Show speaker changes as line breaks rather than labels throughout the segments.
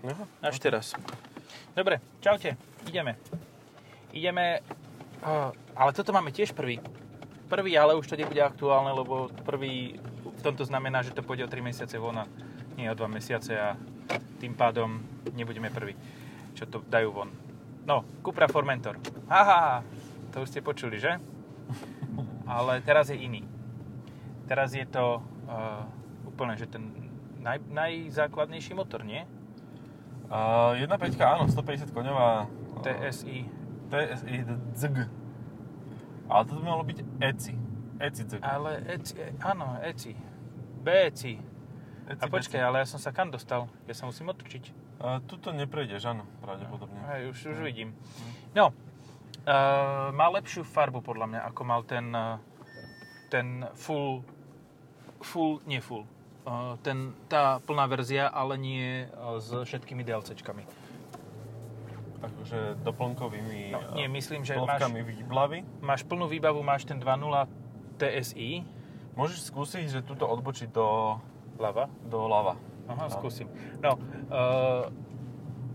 Aha, až teraz.
Dobre, čaute, ideme. Ideme, á, ale toto máme tiež prvý. Prvý, ale už to nebude aktuálne, lebo prvý, v tomto znamená, že to pôjde o 3 mesiace von a nie o 2 mesiace a tým pádom nebudeme prvý, čo to dajú von. No, Cupra Formentor. Haha, to už ste počuli, že? Ale teraz je iný. Teraz je to uh, úplne, že ten naj, najzákladnejší motor, nie?
A 1.5, áno, 150 koňová. a,
TSI.
TSI ZG. Ale to by malo byť ECI. ECI ZG.
Ale eci, e, áno, eci. BECI.
ECI,
A počkaj,
BECI.
ale ja som sa kam dostal? Ja sa musím otočiť.
A tuto neprejdeš, áno, pravdepodobne.
Hej, už, už vidím.
Hm.
No, uh, má lepšiu farbu podľa mňa, ako mal ten, eh, ten full, full, nie full. Eh, ten, tá plná verzia, ale nie eh, s všetkými DLCčkami.
Akože doplnkovými e,
No,
a,
nie, myslím, že máš,
plovkami výblavy.
máš plnú výbavu, máš ten 2.0 TSI,
Môžeš skúsiť, že tuto odbočiť do,
lava,
do lava.
Aha,
No.
skúsim. No, uh,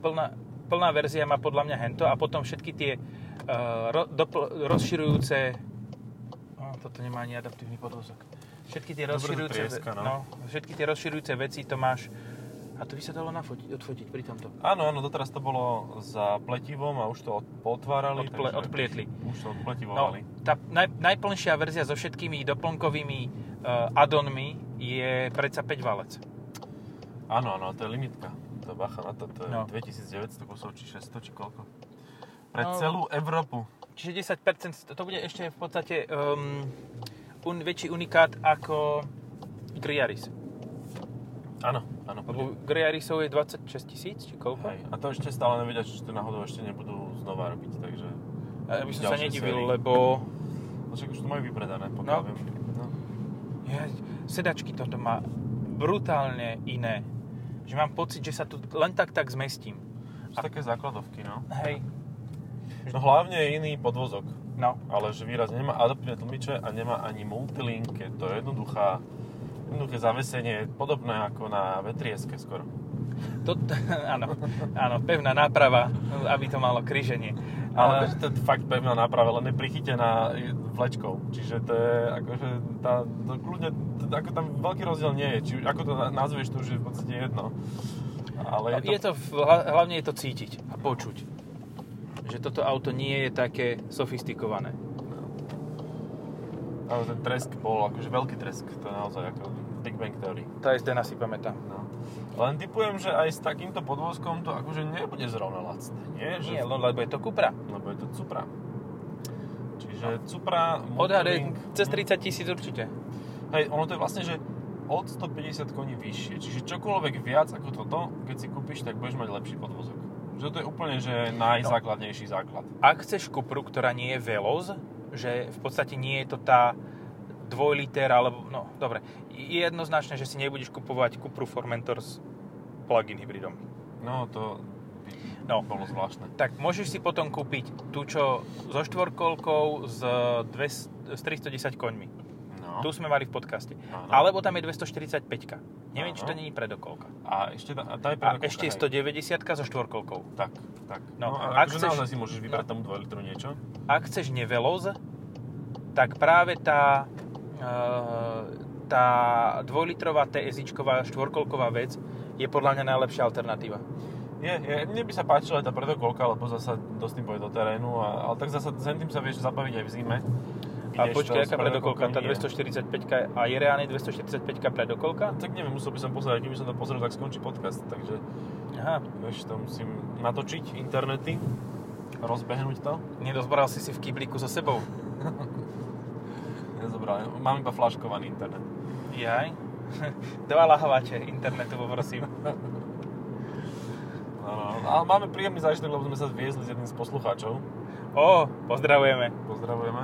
plná, plná verzia má podľa mňa hento a potom všetky tie uh, ro, dopl, rozširujúce... Oh, toto nemá ani adaptívny podvozok. Všetky tie
Dobre to
rozširujúce... ve-
trieska, no.
no, všetky tie rozširujúce veci to máš... A to by sa dalo nafotiť, odfotiť pri tomto.
Áno, áno, doteraz to bolo za pletivom a už to od, potvárali.
Odple,
takže
odplietli.
Už to
No,
odpletivovali.
tá naj, najplnšia verzia so všetkými doplnkovými uh, addonmi je predsa 5 valec.
Áno, áno, to je limitka. To je bacha na to, to je
No.
2900 kusov, či 600, či koľko. Pre
No.
celú Európu.
Čiže 10%, to- to bude ešte v podstate um, un, väčší unikát ako Griaris.
Áno, áno. bude.
Lebo Griarisov je 26 tisíc, či koľko?
Hej. A to ešte stále nevedia, či to náhodou ešte nebudú znova robiť, takže...
A ja by som sa
Ďalšie
nedivil,
série.
lebo
No Však už to majú vypredané, pokiaľ
No.
viem. No.
ja, sedačky toto má brutálne iné. Že mám pocit, že sa tu len tak tak zmestím.
Sú také základovky, no.
Hej,
No hlavne je iný podvozok,
no.
ale že výraz nemá adaptívne tlmiče a nemá ani multilink, je to jednoduchá jednoduché zavesenie, podobné ako na vetrieske skoro.
To, áno, áno, pevná náprava, aby to malo kryženie.
Ale že to je fakt pevná náprava, len je prichytená vlečkou. Čiže to je akože tá, to kľudne, to, ako tam veľký rozdiel nie je. Či už- ako to na- nazveš, to už je v podstate jedno. Ale
No, je to, v- hla- hlavne je to cítiť a počuť, že toto auto nie je také sofistikované.
áno, ten tresk bol akože veľký tresk, to je naozaj ako Big Bang Theory.
TSD na si pamätám.
No. Len typujem, že aj s takýmto podvozkom to akože nebude zrovna lacné, nie? Že,
Nie, no, lebo je to Cupra.
Lebo je to Cupra. Čiže Cupra,
Odhad je
Multilink-
cez 30 tisíc určite.
Hej, ono to je vlastne, že od 150 koní vyššie. Čiže čokoľvek viac ako toto, keď si kúpiš, tak budeš mať lepší podvozok. Že to je úplne, že najzákladnejší základ.
Ak chceš Cupru, ktorá nie je Veloz, že v podstate nie je to tá dvojliter, alebo no, dobre. Je jednoznačné, že si nebudeš kupovať Cupru Formentor s plug-in hybridom.
No, to by
No.
bolo zvláštne.
Tak môžeš si potom kúpiť tú, čo so štvorkolkou s, 200, s 310 koňmi.
No.
Tu sme mali v podcaste.
Áno.
Alebo tam je 245. Neviem, či to
Áno.
nie je predokolka.
A ešte tá, a tá je
A
predokolka,
ešte
hej.
190 so štvorkolkou.
Tak, tak. No,
No,
no
ak
a akože
chceš-
naozaj si môžeš vybrať tomu 2 litru niečo.
Ak chceš neveloz, tak práve tá, e, tá dvojlitrová TSIčková štvorkolková vec je podľa mňa najlepšia alternatíva.
Je, je, mne by sa páčila aj tá predokolka, lebo zasa dosť tým pôjde do terénu, a, ale tak zasa sen tým sa vieš zabaviť aj v zime.
A
Ideš to
počkaj,
s
aká predokolka? Tá
nie.
245 a je reálne 245 predokolka?
Tak neviem, musel by som pozerať, keby som to pozrel, tak skončí podcast, takže...
Aha,
Vieš, to musím natočiť internety, rozbehnúť to.
nedozbral si si v kyblíku so sebou.
Nezobral, mám iba flaškovaný internet.
Jaj. Dva lahovače internetu poprosím.
No, no, no. Ale máme príjemný zážitok, lebo sme sa zviezli s jedným z poslucháčov.
Ó, pozdravujeme.
Pozdravujeme.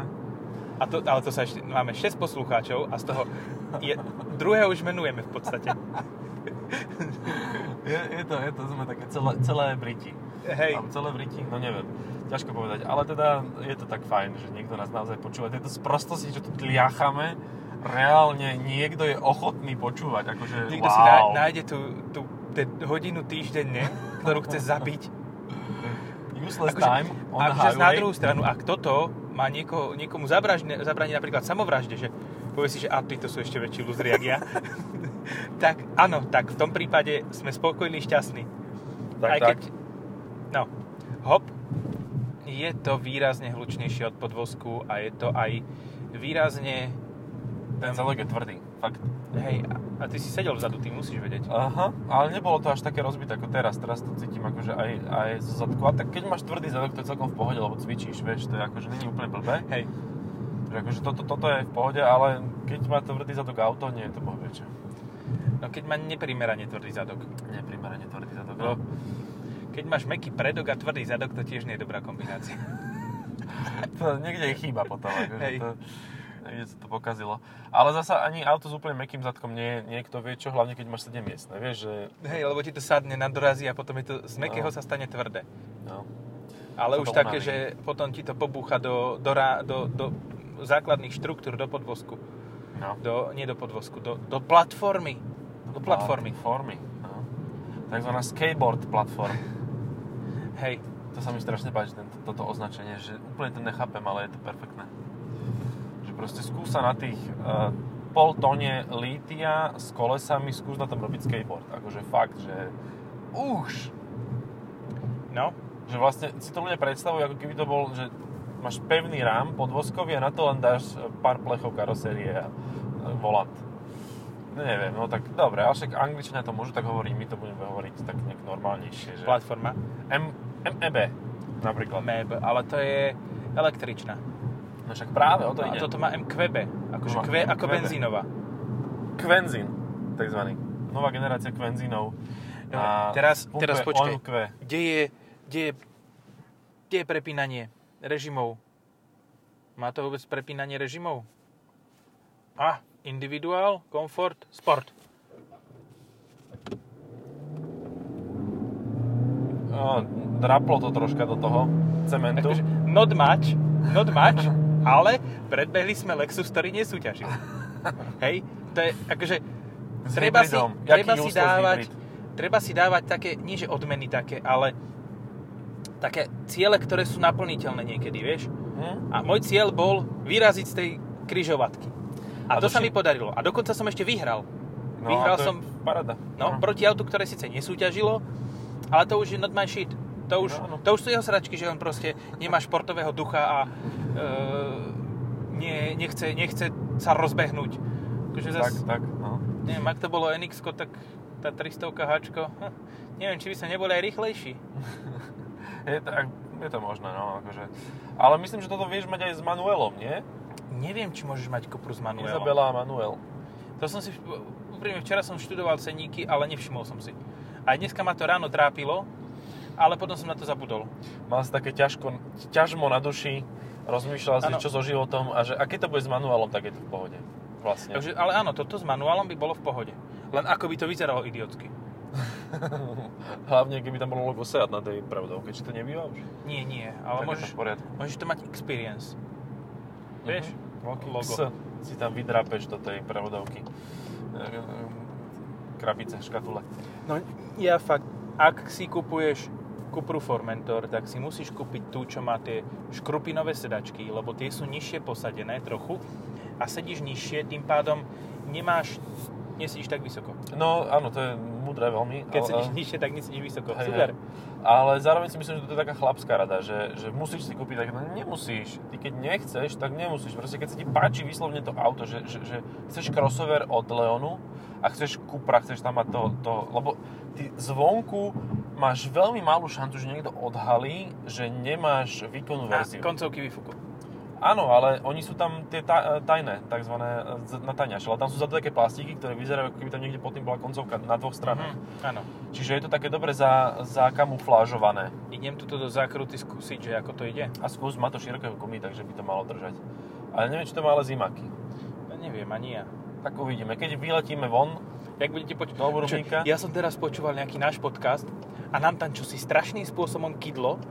A to, ale to sa ešte, máme 6 poslucháčov a z toho je, druhého už menujeme v podstate.
Je, je to, je to, sme také celé, celé Briti.
Hej.
Mám celé Briti, no neviem, ťažko povedať. Ale teda je to tak fajn, že niekto nás naozaj počúva. Tieto sprostosti, čo tu tliachame, reálne niekto je ochotný počúvať. Akože,
Niekto
wow.
si ná, nájde tú, tú te hodinu týždenne, ktorú chce zabiť.
Useless time on the
akože na
highway.
druhú stranu, ak toto má niekoho, niekomu zabražne, zabrániť napríklad samovražde, že povie si, že a títo sú ešte väčší lúzri, jak ja, tak áno, tak v tom prípade sme spokojní, šťastní.
Tak,
Aj
tak.
keď, no, hop, je to výrazne hlučnejšie od podvozku a je to aj výrazne,
Ten zelok je tvrdý, fakt.
hej, a- a ty si sedel vzadu, ty musíš vedieť.
Aha, ale nebolo to až také rozbité ako teraz. Teraz to cítim akože aj, aj zo zadku. A tak keď máš tvrdý zadok, to je celkom v pohode, lebo cvičíš, vieš, to je akože není úplne blbé.
Hej,
Že akože toto, toto je v pohode, ale keď má tvrdý zadok auto, nie je to bohviečo.
no keď má neprimerane tvrdý zadok.
Neprimerane tvrdý zadok.
No. Keď máš meký predok a tvrdý zadok, to tiež nie je dobrá kombinácia.
To niekde je chyba potom, akože
Hej.
to, niekde sa to pokazilo. Ale zasa ani auto s úplne mekým zadkom nie je, niekto vie čo, hlavne keď máš 7 miestne, vieš, že...
Hej, lebo ti to sadne, nadorazí a potom je to, z mekého
No.
sa stane tvrdé.
No.
Ale
Sa
už
to
také,
unaví.
že potom ti to pobúcha do, do, rá- do, do základných štruktúr, do podvozku.
no.
Do, nie do podvozku, do, do platformy. Do platformy.
Platformy, no. Takzvaná skateboard platform.
Hej.
To sa mi strašne páči, tento, toto označenie, že úplne to nechápem, ale je to perfektné. Že proste skúsa na tých uh, pol tone lítia s kolesami, skús na tom robiť skateboard. Akože fakt, že už,
No,
že vlastne si to ľudia predstavujú, ako keby to bol, že máš pevný rám podvozkový a na to len dáš e, pár plechov karosérie a e, volant. No neviem, no tak dobre, ale však angličania to môžu tak hovoriť, my to budeme hovoriť tak nejak normálnejšie, že
platforma.
M, MEB napríklad.
MEB, ale to je električná.
No však práve o to
A
ide.
toto má MQB. Akože
No,
Q ako
MQB.
benzínová.
Kvenzín, takzvaný. Nová generácia kvenzínov.
Dobre, No, teraz-
pumpe
teraz počkaj.
OMQ.
Kde je, kde je, kde je prepínanie režimov? Má to vôbec prepínanie režimov? A, individuál, komfort, sport.
No, draplo to troška do toho cementu.
Takže not much, not much, ale predbehli sme Lexus, ktorý nesúťažil. Hej, to je akože...
S
Treba si,
hybridom. Jaký
treba, si
useless
dávať,
hybrid?
treba si dávať také, nie že odmeny také, ale také ciele, ktoré sú naplniteľné niekedy, vieš?
Hm?
A môj cieľ bol vyraziť z tej kryžovatky.
A
A, to,
to
sa
si-
mi podarilo. A dokonca som ešte vyhral.
No, a
Vyhral
to je
som
Parada. Hm.
No, proti autu, ktoré síce nesúťažilo, ale to už je not my shit. To
No,
už,
no.
to už sú jeho sračky, že on proste nemá športového ducha a e, nie, nechce, nechce sa rozbehnúť. Takže
Tak,
zas,
tak, no.
neviem, ak to bolo NX, tak tá 300 háčko, hm, neviem, či by sme neboli aj rýchlejší.
Je to, ak- je to možné, no, akože. Ale myslím, že toto vieš mať aj s Manuelom, nie?
Neviem, či môžeš mať kopru s manuelom.
Izabela a Manuel.
To som si, úprimne, včera som študoval ceníky, ale nevšimol som si. Aj dneska ma to ráno trápilo, ale potom som na to zabudol.
Mal si také ťažko, ťažmo na duši, rozmýšľal si,
Áno.
čo so životom a že a keď to bude s Manuelom, tak je to v pohode. Vlastne.
Takže, ale áno, toto s manuálom by bolo v pohode. Len ako by to vyzeralo idiotsky.
Hlavne, keby tam bolo logo Seat na tej pravdou, keďže to nebýva už.
Nie, nie,
Tak
ale
je to
môžeš,
v Mhm. poriadku.
môžeš to mať experience. Vieš?
Logo.
Logo.
X si tam vydrapeš do tej prevodovky. Ehm, Krabice, škatule.
No ja fakt, ak si kupuješ Cupru Formentor, tak si musíš kúpiť tú, čo má tie škrupinové sedačky, lebo tie sú nižšie posadené trochu a sedíš nižšie, tým pádom nemáš, nesedíš tak vysoko.
No áno, to je mudré veľmi.
Keď
ale-
sedíš nižšie, tak nesedíš vysoko.
Hej,
Super.
hej. Ale zároveň si myslím, že to je taká chlapská rada, že, že musíš si kúpiť, tak no, nemusíš. Ty keď nechceš, tak nemusíš. Proste keď sa ti páči vyslovne to auto, že, že, že chceš crossover od Leonu a chceš Cupra, chceš tam mať to, to lebo ty zvonku máš veľmi malú šancu, že niekto odhalí, že nemáš výkonnú
A
verziu.
koncovky vyfúku.
Áno, ale oni sú tam tie ta, tajné, takzvané e, z- na tajňaš, ale tam sú zadu také plastiky, ktoré vyzerajú, ako keby tam niekde pod tým bola koncovka na dvoch stranách.
Hm, áno.
Mm. Čiže je to také dobre za, zakamuflážované.
Idem tu do zákruty skúsiť, že ako to ide.
A skús, má to širokého gumy, takže by to malo držať. Ale neviem, či to má ale zimáky.
Ja neviem, ani ja.
Tak uvidíme. Keď vyletíme von,
Jak budete počuť...
Do Obrubníka?
ja som teraz počúval nejaký náš podcast a nám tam čosi strašným spôsobom kydlo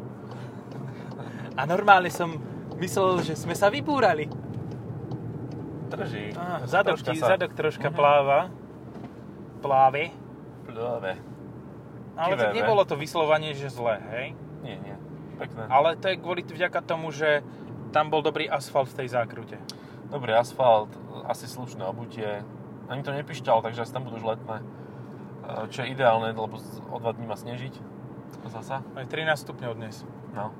a normálne som myslel, že sme sa vybúrali.
drží.
Á, zadok,
Troška
ti,
sa
zadok troška pláva. Pláve.
Plave.
Ale tak
QV.
nebolo to vyslovanie, že zle, hej?
Nie, nie. Pekné.
Ale to je kvôli vďaka tomu, že tam bol dobrý asfalt v tej zákrute.
Dobrý asfalt, asi slušné obutie. Ani to nepišťalo, takže asi tam budú už letné. E, Čo je ideálne, lebo z- o dva dní má snežiť. Zasa.
Aj 13 stupňov dnes.
No.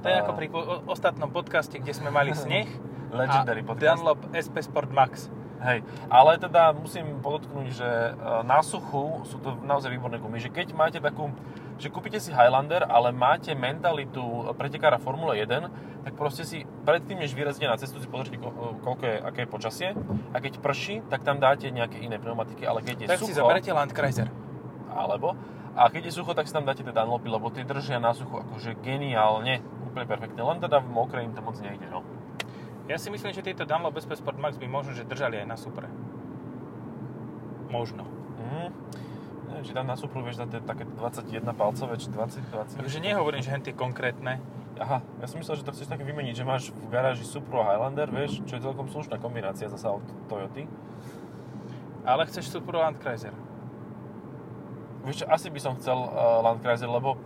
To je
A-
ako pri po- o- ostatnom podcaste, kde sme mali sneh
Legendary
a
podcast.
Dunlop SP Sport Max.
Hej, ale teda musím podotknúť, že e, na suchu sú to naozaj výborné gumy, že keď máte takú, že kúpite si Highlander, ale máte mentalitu pretekára Formule 1, tak proste si predtým, než vyrazíte na cestu, si pozrite, ko- e, koľko je, aké je počasie a keď prší, tak tam dáte nejaké iné pneumatiky, ale keď je
tak
sucho,
si zoberete Landkreiser.
alebo a keď je sucho, tak si tam dáte tie Dunlopy, lebo tie držia na suchu akože geniálne, úplne perfektne, len teda v mokrej im to moc nejde, no.
Ja si myslím, že tieto Dunlop SP Sport Max by možno, že držali aj na Supre. Možno.
Mm. Neviem, či tam na Supru vieš dať tie také 21 palcové, či 20, 20.
Takže nehovorím, že henty konkrétne.
Aha, ja som myslel, že to chceš také vymeniť, že máš v garáži Supru a Highlander, vieš, čo je celkom slušná kombinácia zasa od Toyoty.
Ale chceš Supra Landkreiser.
Vieš čo, asi by som chcel uh, Landkreiser, lebo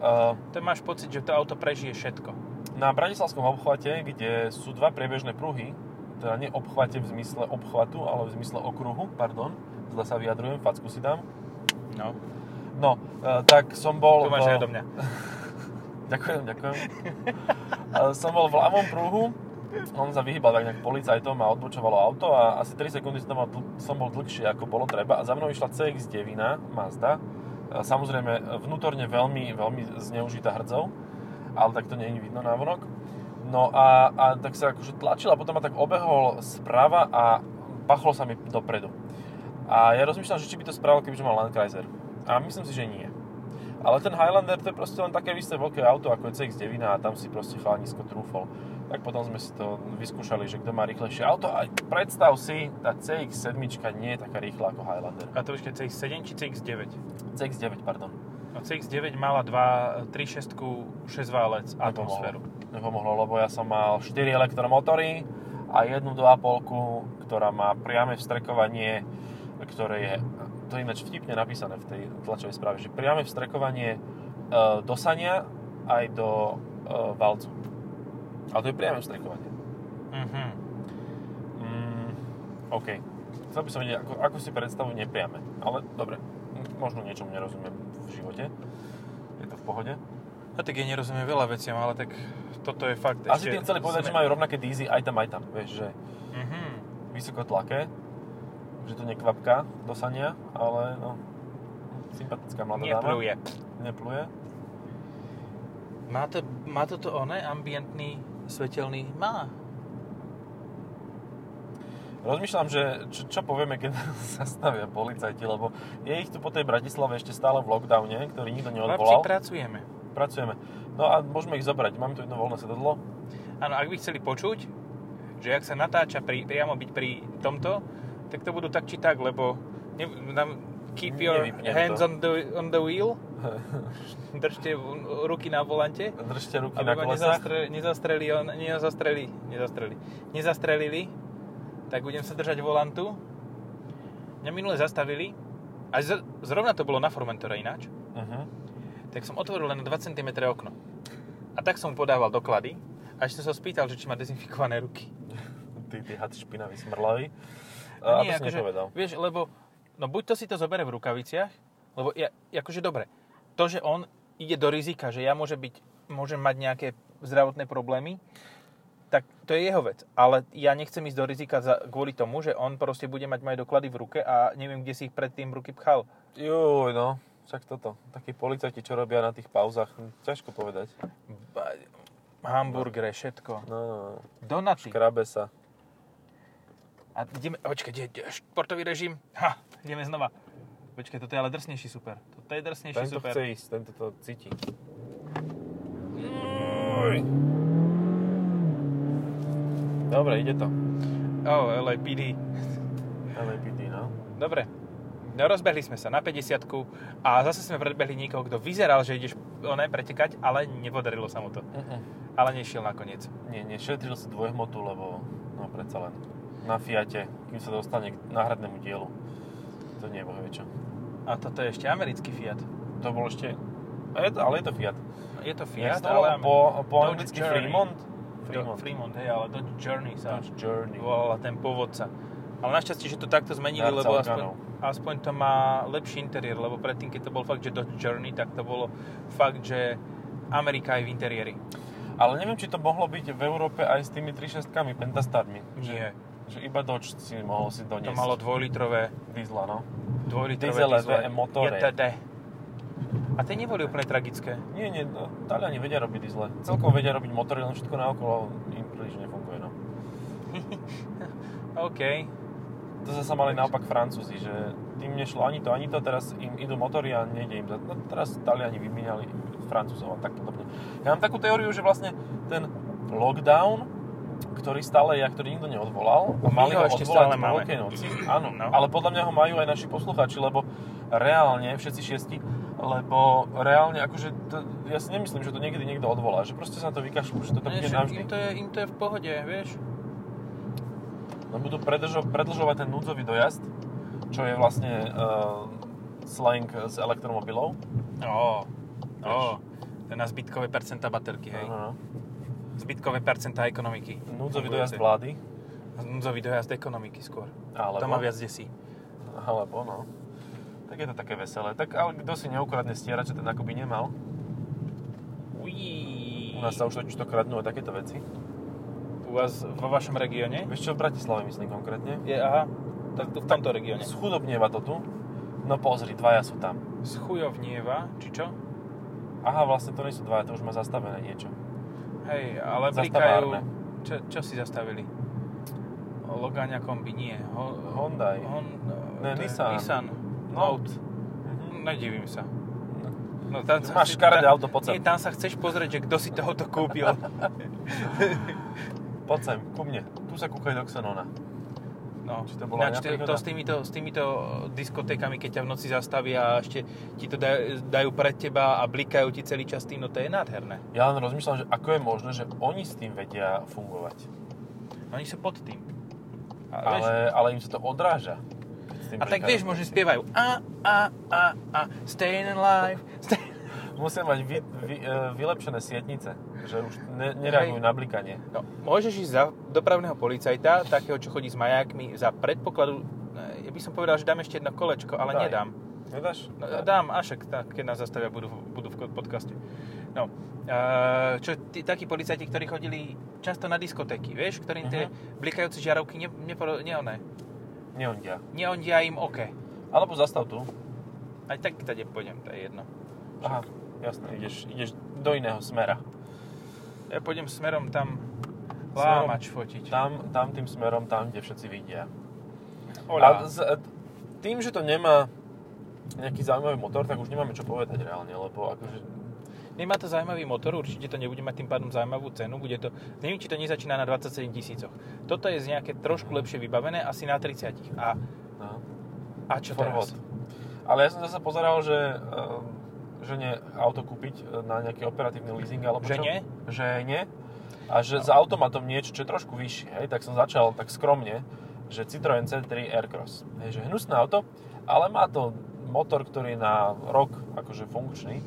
uh,
To máš pocit, že to auto prežije všetko.
na Bratislavskom obchvate, kde sú dva priebežné pruhy, teda nie obchvate v zmysle obchvatu, ale v zmysle okruhu, pardon, zle sa vyjadrujem, facku si dám.
No.
No, uh, tak som bol...
To máš
v-
aj odo mňa.
Ďakujem, ďakujem. E, som bol v ľavom pruhu, on sa vyhýbal tak nejak policajtom a odbočovalo auto a asi 3 sekundy som, tam mal dl- som bol dlhšie ako bolo treba a za mnou išla CX-9 Mazda, E, samozrejme e, vnútorne veľmi, veľmi zneužitá hrdzou, ale tak to nie je vidno na vonok. No a, a tak sa akože tlačila, potom ma tak obehol sprava a pachlo sa mi dopredu. A ja rozmýšľam, že či by to spravil, kebyže mal Landkreiser. A myslím si, že nie. Ale ten Highlander to je proste len také isté veľké auto ako je CX-9 a tam si proste chalanisko trúfol. Tak potom sme si to vyskúšali, že kto má rýchlejšie auto a predstav si, tá CX-7 nie je taká rýchla ako Highlander.
A to ešte CX-7 či CX-9?
CX-9, pardon.
No CX-9 mala 2, 3, 6, 6 válec atmosféru.
Nepomohlo, lebo ja som mal 4 elektromotory a jednu 2,5, ktorá má priame vstrekovanie, ktoré je, to je ináč vtipne napísané v tej tlačovej správe, že priame vstrekovanie e, do sania aj do e, valcu. Ale to je priame vstrekovanie.
Mhm.
Mm, OK. Chcel by som vedieť, ako, ako si predstavu nepriame. Ale dobre, m- možno niečomu nerozumiem v živote. Je to v pohode.
A No tak ja nerozumiem veľa veciam, ale tak toto je fakt.
Asi tým chceli povedať, že majú rovnaké dízy aj tam, aj tam. Vieš, že
Mhm.
vysoko tlaké, že to nekvapká do sania, ale no, sympatická mladá dáma.
Nepluje.
Nepluje.
Má to, má to to oné ambientný svetelný? Má.
Rozmýšľam, že čo, čo povieme, keď nás zastavia policajti, lebo je ich tu po tej Bratislave ešte stále v lockdowne, ktorý nikto
Chlapci,
neodvolal.
pracujeme.
Pracujeme. No a môžeme ich zobrať. Máme tu jedno voľné sedadlo.
Áno, ak by chceli počuť, že ak sa natáča pri, priamo byť pri tomto, tak to budú tak či tak, lebo ne, nám, keep your
Nevypnem
hands
to.
on the, on the wheel, držte v- ruky na volante,
Držte ruky
aby
na
ma
kolesách.
nezastre, nezastreli, on, nezastreli, nezastreli, nezastrelili, tak budem sa držať volantu. Mňa minule zastavili, a z, zrovna to bolo na Formentore ináč,
Mhm.
tak som otvoril len na 2 cm okno. A tak som mu podával doklady, a ešte som sa spýtal, že či má dezinfikované ruky.
Ty, ty had špinavý smrlavý. A to
No Nie, akože-
si nepovedal.
Vieš, lebo, no buď to si to zobere v rukaviciach, lebo ja, akože dobre, to, že on ide do rizika, že ja môže byť, môžem mať nejaké zdravotné problémy, tak to je jeho vec. Ale ja nechcem ísť do rizika za, kvôli tomu, že on proste bude mať moje doklady v ruke a neviem, kde si ich predtým v ruky pchal.
Juj, no. Však toto. Takí policajti, čo robia na tých pauzach. hm, Ťažko povedať.
Ba- Hamburgere, všetko.
No, no, no.
Donaty.
Krabe sa.
A ideme, počkaj, kde, kde, športový režim. Ha, ideme znova. Počkaj, toto je ale drsnejší super. Toto je drsnejší
Tento
super.
chce ísť, tento to cíti.
Mm.
Dobre, ide to.
Oh, LAPD.
LAPD, no.
Dobre. No, rozbehli sme sa na 50 a zase sme predbehli niekoho, kto vyzeral, že ideš oné pretekať, ale nepodarilo sa mu to. Ale nešiel nakoniec.
Nie, nešetril si dvojhmotu, lebo no predsa len na Fiate, kým sa dostane k náhradnému dielu. To nie je bohvie čo.
A toto je ešte americký Fiat.
to bol ešte... A je to, ale je to Fiat.
Je to
Jak
Fiat,
sa to volá
ale...
po, po
Dodge
anglicky
Journey.
Fremont?
Fremont. No. Fremont, hej, ale Dodge Journey sa
Dodge Journey.
volala ten pôvodca. Ale našťastie, že to takto zmenili,
Darca
lebo aspoň,
orgánov.
aspoň to má lepší interiér, lebo predtým, keď to bol fakt, že Dodge Journey, tak to bolo fakt, že Amerika aj v interiéri.
Ale neviem, či to mohlo byť v Európe aj s tými 36-kami, pentastarmi.
Nie.
Že iba Dodge si mohol si
To
doniesť.
malo dvojlitrové,
diesla, no.
dvojlitrové
Diesel
diesle.
LVM motore.
JTD. A tie neboli úplne tragické.
Nie, nie, no, Taliani vedia robiť diesle. Celkom vedia robiť motory, len všetko naokolo im príliš nefunguje, no.
OK.
To zase mali naopak Francúzi, že tým nešlo ani to, ani to, teraz im idú motory a nejde im to. No, teraz Taliani vymieniali Francúzov a tak podobne. Ja mám takú teóriu, že vlastne ten lockdown, ktorý stále je a ktorý nikto neodvolal, a
My
mali
ho
ho
ešte
odvolať
stále
po
máme.
Veľkej noci. Áno,
No.
ale podľa mňa ho majú aj naši posluchači, lebo reálne, všetci šiesti, lebo reálne, akože, to, ja si nemyslím, že to niekedy niekto odvolá, že proste sa na to vykašľú, že to tam
Nie,
bude
však
navždy.
im, to je, im to je v pohode, vieš.
No budú predlžo- predlžovať ten núdzový dojazd, čo je vlastne uh, slang s elektromobilov.
Ó,
Vieš.
ó, to je na zbytkové percenta baterky, hej.
Áno, no.
Zbytkové percenta ekonomiky.
Núdzový dojazd
Fungujúce.
vlády.
Núdzový dojazd ekonomiky skôr.
Alebo,
To ma viac desí.
Alebo, no. Tak je to také veselé. Tak ale kto si neukradne stierače, ten akoby nemal.
Uí.
U nás sa už totiž to kradnú aj takéto veci.
U vás vo vašom regióne?
Vieš čo, v Bratislave myslím konkrétne.
Je, aha. Tak to v tomto regióne.
Schudobnieva to tu. No pozri, dvaja sú tam.
Z chujovnieva, či čo?
Aha, vlastne to nie sú dvaja, to už má zastavené niečo.
Hej, ale blikajú...
Zastavárne.
Čo, čo si zastavili? Logáňa kombi, nie. Ho,
Hyundai.
Hon,
Ne,
to je
Nissan.
Nissan.
No.
Note.
Mhm.
Nedivím sa.
No.
No, tam
Že
sa
máš
si-
škaredé
tam-
auto, poď sem.
Nie, tam sa chceš pozrieť, že kto si tohoto kúpil.
Poď sem, ku mne. Tu sa kúkaj do Xenona.
No.
Či to bola nejaká
Ináč, to,
príhoda?
to s, týmito, s týmito diskotékami, keď ťa v noci zastavia a ešte ti to daj, dajú pred teba a blikajú ti celý čas tým, no to je nádherné.
Ja len rozmýšľam, že ako je možné, že oni s tým vedia fungovať.
Oni sú pod tým. A, vieš,
Ale, ale im sa to odráža. keď s tým
a tak
blikajú.
vieš, možno spievajú a, a, a, a, stayin' alive, stayin'
Musia mať vy, vy, e, vylepšené sietnice, že už ne, nereagujú
Hej.
na blikanie.
No, môžeš ísť za dopravného policajta, takého, čo chodí s majákmi, za predpokladu, e, ja by som povedal, že dám ešte jedno kolečko, ale
Daj.
nedám.
Nedáš?
No, dám, a však tak, keď nás zastavia, budú, budú v podcaste. No, e, čo tí, takí policajti, ktorí chodili často na diskotéky, vieš, ktorým tie blikajúce žiarovky ne, nepo, ne, ne,
Neondia.
neondia im oke.
Alebo zastav tu.
Aj tak tady pôjdem, to je jedno.
Aha, jasné, ideš, ideš do iného smera.
Ja pôjdem smerom tam
Smerom-
lámač fotiť.
Tam, tam tým smerom, tam, kde všetci vidia. A
Ola.
z, e, tým, že to nemá nejaký zaujímavý motor, tak už nemáme čo povedať reálne, lebo akože...
Nemá to zaujímavý motor, určite to nebude mať tým pádom zaujímavú cenu. Bude to, neviem, či to nezačína na 27 tisícoch. Toto je z nejaké trošku lepšie vybavené, asi na 30. A,
No.
a čo
Forward.
teraz?
Ale ja som zase pozeral, že ehm, že nie auto kúpiť e, na nejaký operatívny leasing alebo
Že
čo?
nie? No.
Že nie. A že s automatom niečo, čo je trošku vyššie, hej, tak som začal tak skromne, že Citroen C3 Aircross. Hej, že hnusné auto, ale má to motor, ktorý je na rok akože funkčný.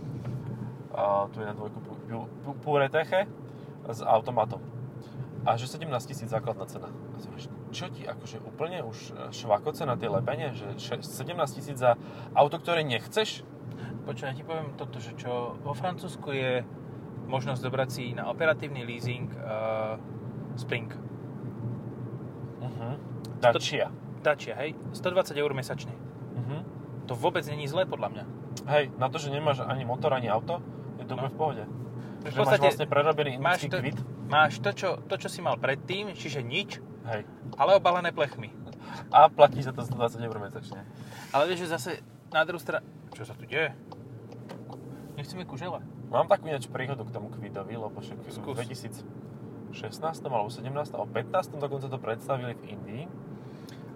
A tu je na dvojku pu- pu- pu- Pureteche s automatom. A že 17 tisíc základná cena. A si hovoríš, čo ti akože úplne už e, švakoce na tie lepenie, že še- 17 tisíc za auto, ktoré nechceš?
Počkaj, ja ti poviem toto, že čo vo Francúzsku je možnosť dobrať si na operatívny leasing uh, Spring. Mhm.
Uh-huh. Dačia.
Dačia, hej? 120 eur mesačne.
Uh-huh.
To vôbec není zlé podľa mňa.
Hej, na to, že nemáš ani motor, ani auto, je to
No.
úplne v pohode.
V
Že máš
podstate
vlastne prerobený
máš
indický
to-
kvit.
máš to čo, to, čo si mal predtým, čiže nič,
Hej.
ale obalené plechmi.
A platí za to 120 eur mesačne.
Ale vieš, že zase na druhú stranu... Čo sa tu deje? Nechceme kužela.
Mám takú ináč príhodu k tomu kvidovi, lebo však
Skús.
v 2016 alebo 17 alebo 15 dokonca to predstavili v Indii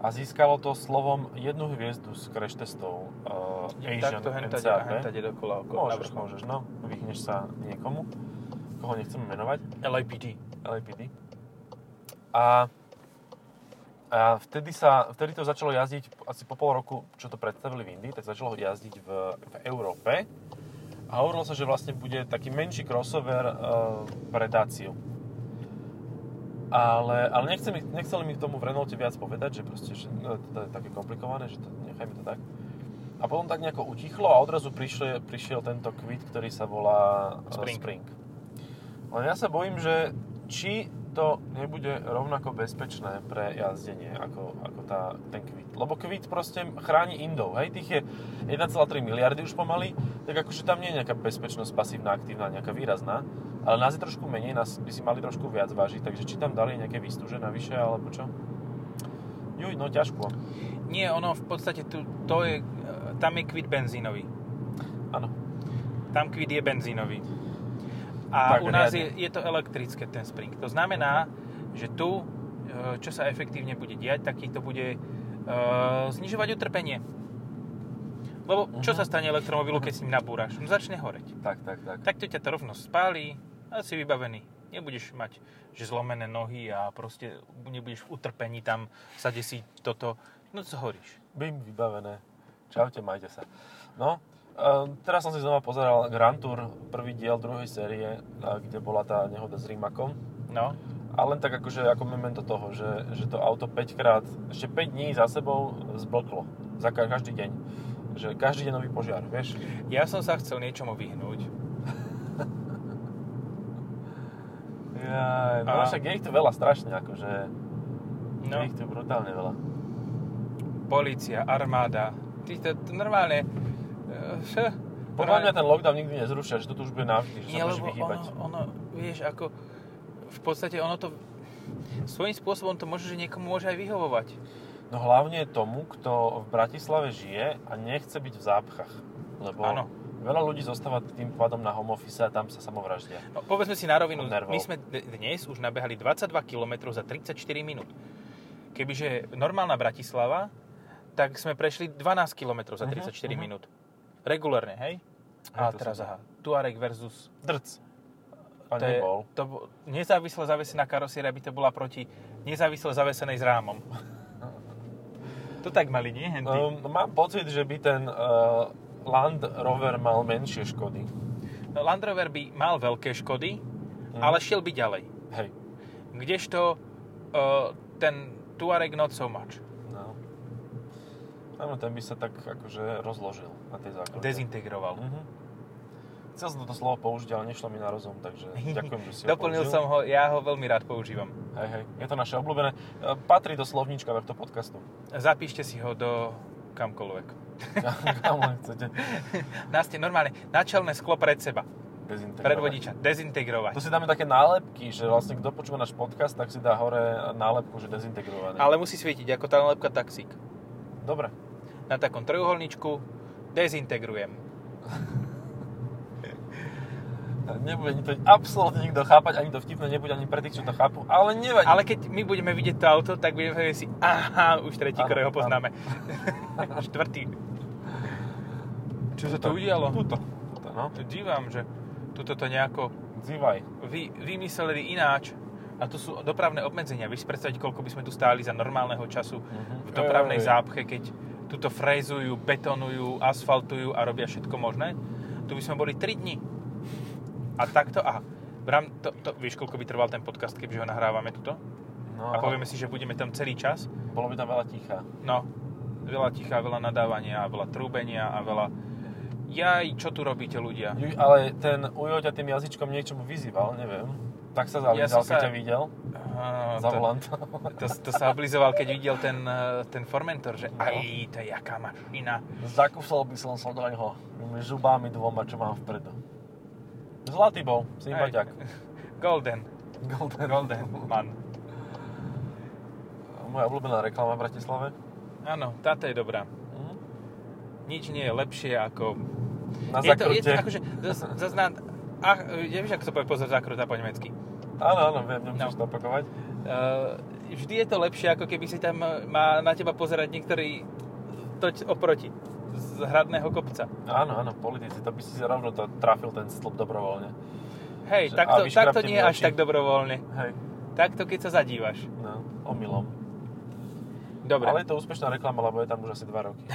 a získalo to slovom jednu hviezdu z crash testov uh, Asian
Takto hentade a
NCAP.
hentade dokola okolo. na
Môžeš,
vrchol.
môžeš, no. Vyhneš sa niekomu, koho nechceme menovať.
LAPD.
LAPD. A A vtedy, sa, vtedy to začalo jazdiť, asi po pol roku, čo to predstavili v Indii, tak začalo jazdiť v, v Európe. A hovorilo sa, že vlastne bude taký menší crossover uh, pre Daciu. Ale, ale nechcem, nechceli mi k tomu v Renaulte viac povedať, že proste, že no, to je také komplikované, že to, nechajme to tak. A potom tak nejako utichlo a odrazu prišiel, prišiel tento kvit, ktorý sa volá eh,
Spring.
Spring. Len ja sa bojím, že či to nebude rovnako bezpečné pre jazdenie ako, ako tá, ten kvit. Lebo kvit proste chráni Indov, hej, tých je 1,3 miliardy už pomaly, tak akože tam nie je nejaká bezpečnosť pasívna, aktívna, nejaká výrazná, ale nás je trošku menej, nás by si mali trošku viac vážiť, takže či tam dali nejaké výstuže navyše, alebo čo? Juj, no ťažko.
Nie, ono v podstate tu, to je, e, tam je kvit benzínový.
Áno.
Tam kvit je benzínový. A
Tak,
u nás je,
riadne.
je to elektrické ten spring. To znamená, že tu, e, čo sa efektívne bude diať, tak ti to bude e, znižovať utrpenie. Lebo čo
Mhm.
sa stane elektromobilu, keď s ním nabúraš? No začne horeť.
Tak, tak, tak.
Tak to ťa to rovno spáli a si vybavený. Nebudeš mať že zlomené nohy a proste nebudeš v utrpení tam sa desí toto. No co horíš?
Bim, vybavené. Čaute, majte sa. No, ehm, teraz som si znova pozeral Grand Tour, prvý diel druhej série, eh, kde bola tá nehoda s Rimakom.
No.
A len tak akože ako memento toho, že, že to auto 5 krát, ešte 5 dní za sebou zblklo. Za ka- každý deň. Že každý deň nový požiar, vieš?
Ja som sa chcel niečomu vyhnúť.
Jaj, no
A-
však je ich tu veľa strašne, akože no. je
No.
ich tu brutálne veľa.
Polícia, armáda. Ty to, to normálne... eh,
Podľa mňa ten lockdown nikdy nezrušia, že to tu už bude navždy, že
Nie,
sa môže
lebo ono,
vyhýbať.
ono, vieš, ako... V podstate ono to... Svojím spôsobom to môže, že niekomu môže aj vyhovovať.
No hlavne tomu, kto v Bratislave žije a nechce byť v zápchách. Lebo
Áno.
veľa ľudí zostáva tým pádom na home office a tam sa samovraždia.
No, povedzme si na rovinu,
Od nervov.
my sme d- dnes už nabehali 22 km za 34 minút. Kebyže normálna Bratislava, tak sme prešli 12 km za
Mhm,
34
mhm.
minút. Regulérne, hej?
Hej,
A
to
teraz,
som-
aha, Tuareg versus
Drc. A
To je,
nebol.
to bo- nezávisle zavesená karosieria by to bola proti nezávisle zavesenej s rámom. to tak mali, nie henty? Um,
Um, mám pocit, že by ten uh, Land Rover mal menšie škody.
No, Land Rover by mal veľké škody,
Mhm.
ale šiel by ďalej.
Hej.
Kdežto uh, ten Tuareg not so much.
No. Áno, ten by sa tak akože rozložil na tej základe.
Dezintegroval.
Mhm. Chcel som toto slovo použiť, ale nešlo mi na rozum, takže ďakujem, že si ho
Doplnil
použil.
som ho, ja ho veľmi rád používam.
Hej, hej. Je to naše obľúbené. E, Patrí do slovníčka tohto podcastu.
Zapíšte si ho do kamkoľvek.
Kam len chcete.
Na ste normálne načelné sklo pred seba,
Dezintegrovať.
pred vodiča,
To
dezintegrovať.
si dáme také nálepky, že vlastne kto počúva náš podcast, tak si dá hore nálepku, že dezintegrovaný.
Ale musí svietiť ako tá lepka taxík.
Dobre.
na takom trojuholničku, dezintegrujem.
Nebude to absolútne nikto chápať, ani to vtipné nebude, ani pre tých, čo to chápu, ale nevadí.
Ale keď my budeme vidieť to auto, tak budeme vedieť si, aha, už tretí,
Áno,
ktorého
áno.
poznáme. Štvrtý. Čo sa to udialo?
Tuto. Tuto, no.
Dívam, že tuto to nejako
Zývaj.
vy, vymysleli ináč. A to sú dopravné obmedzenia. Vieš si predstaviť, koľko by sme tu stáli za normálneho času v
Mhm.
dopravnej
Ej.
zápche, keď tuto frézujú, betonujú, asfaltujú a robia všetko možné. Tu by sme boli 3 dní. A takto, a Bram, to, to, vieš, koľko by trval ten podcast, keďže ho nahrávame tuto?
No,
A povieme si, že budeme tam celý čas.
Bolo by tam veľa ticha.
No, veľa ticha, veľa nadávania, veľa trúbenia a veľa... Jaj, čo tu robíte ľudia?
Ju- Ale ten Ujo ťa tým jazyčkom niečomu vyzýval, neviem. Tak sa
som
zalízal, keď
sa-
ťa videl.
Á,
Za
to-
volantom.
To, to sa oblizoval, keď videl ten, eh, ten Formentor, že
No.
aj, to je jaká mašina.
Zakúsal by som sa do neho tými zubami dvoma, čo mám vpredu. Zlatý bol, sympaťák.
Golden,
Golden.
Golden Man.
Moja obľúbená reklama v Bratislave.
Áno, táto je dobrá.
Mhm.
Nič nie je lepšie ako...
Na
je to,
zakrute.
je to akože, zas- zas na- Ach, ja vieš, ako sa povie pozor zakrutá po nemecky.
Áno, áno, viem, nemusíš to
No.
opakovať.
Eh, vždy je to lepšie, ako keby si tam eh, má na teba pozerať niektorý toť oproti z hradného kopca.
Áno, áno, politici, to by si rovno to trafil ten stĺp dobrovoľne.
Hej,
Že-
takto,
a vyškrapte
takto
mi
nie až
oči.
tak dobrovoľne.
Hej,
Takto, keď sa zadívaš.
no, omylom.
Dobre.
Ale je to úspešná reklama, lebo je tam už asi 2 roky.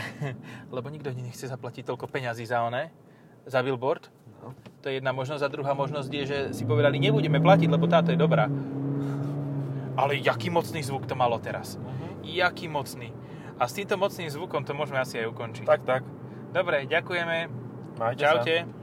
Lebo nikto ani nechce zaplatiť toľko peňazí za one, za billboard.
No.
To je jedna možnosť. A druhá možnosť je, že si povedali, nebudeme platiť, lebo táto je dobrá. Ale jaký mocný zvuk to malo teraz.
Mhm.
Jaký mocný. A s týmto mocným zvukom to môžeme asi aj ukončiť.
Tak, tak.
Dobre, ďakujeme.
Majte sa.
Čaute.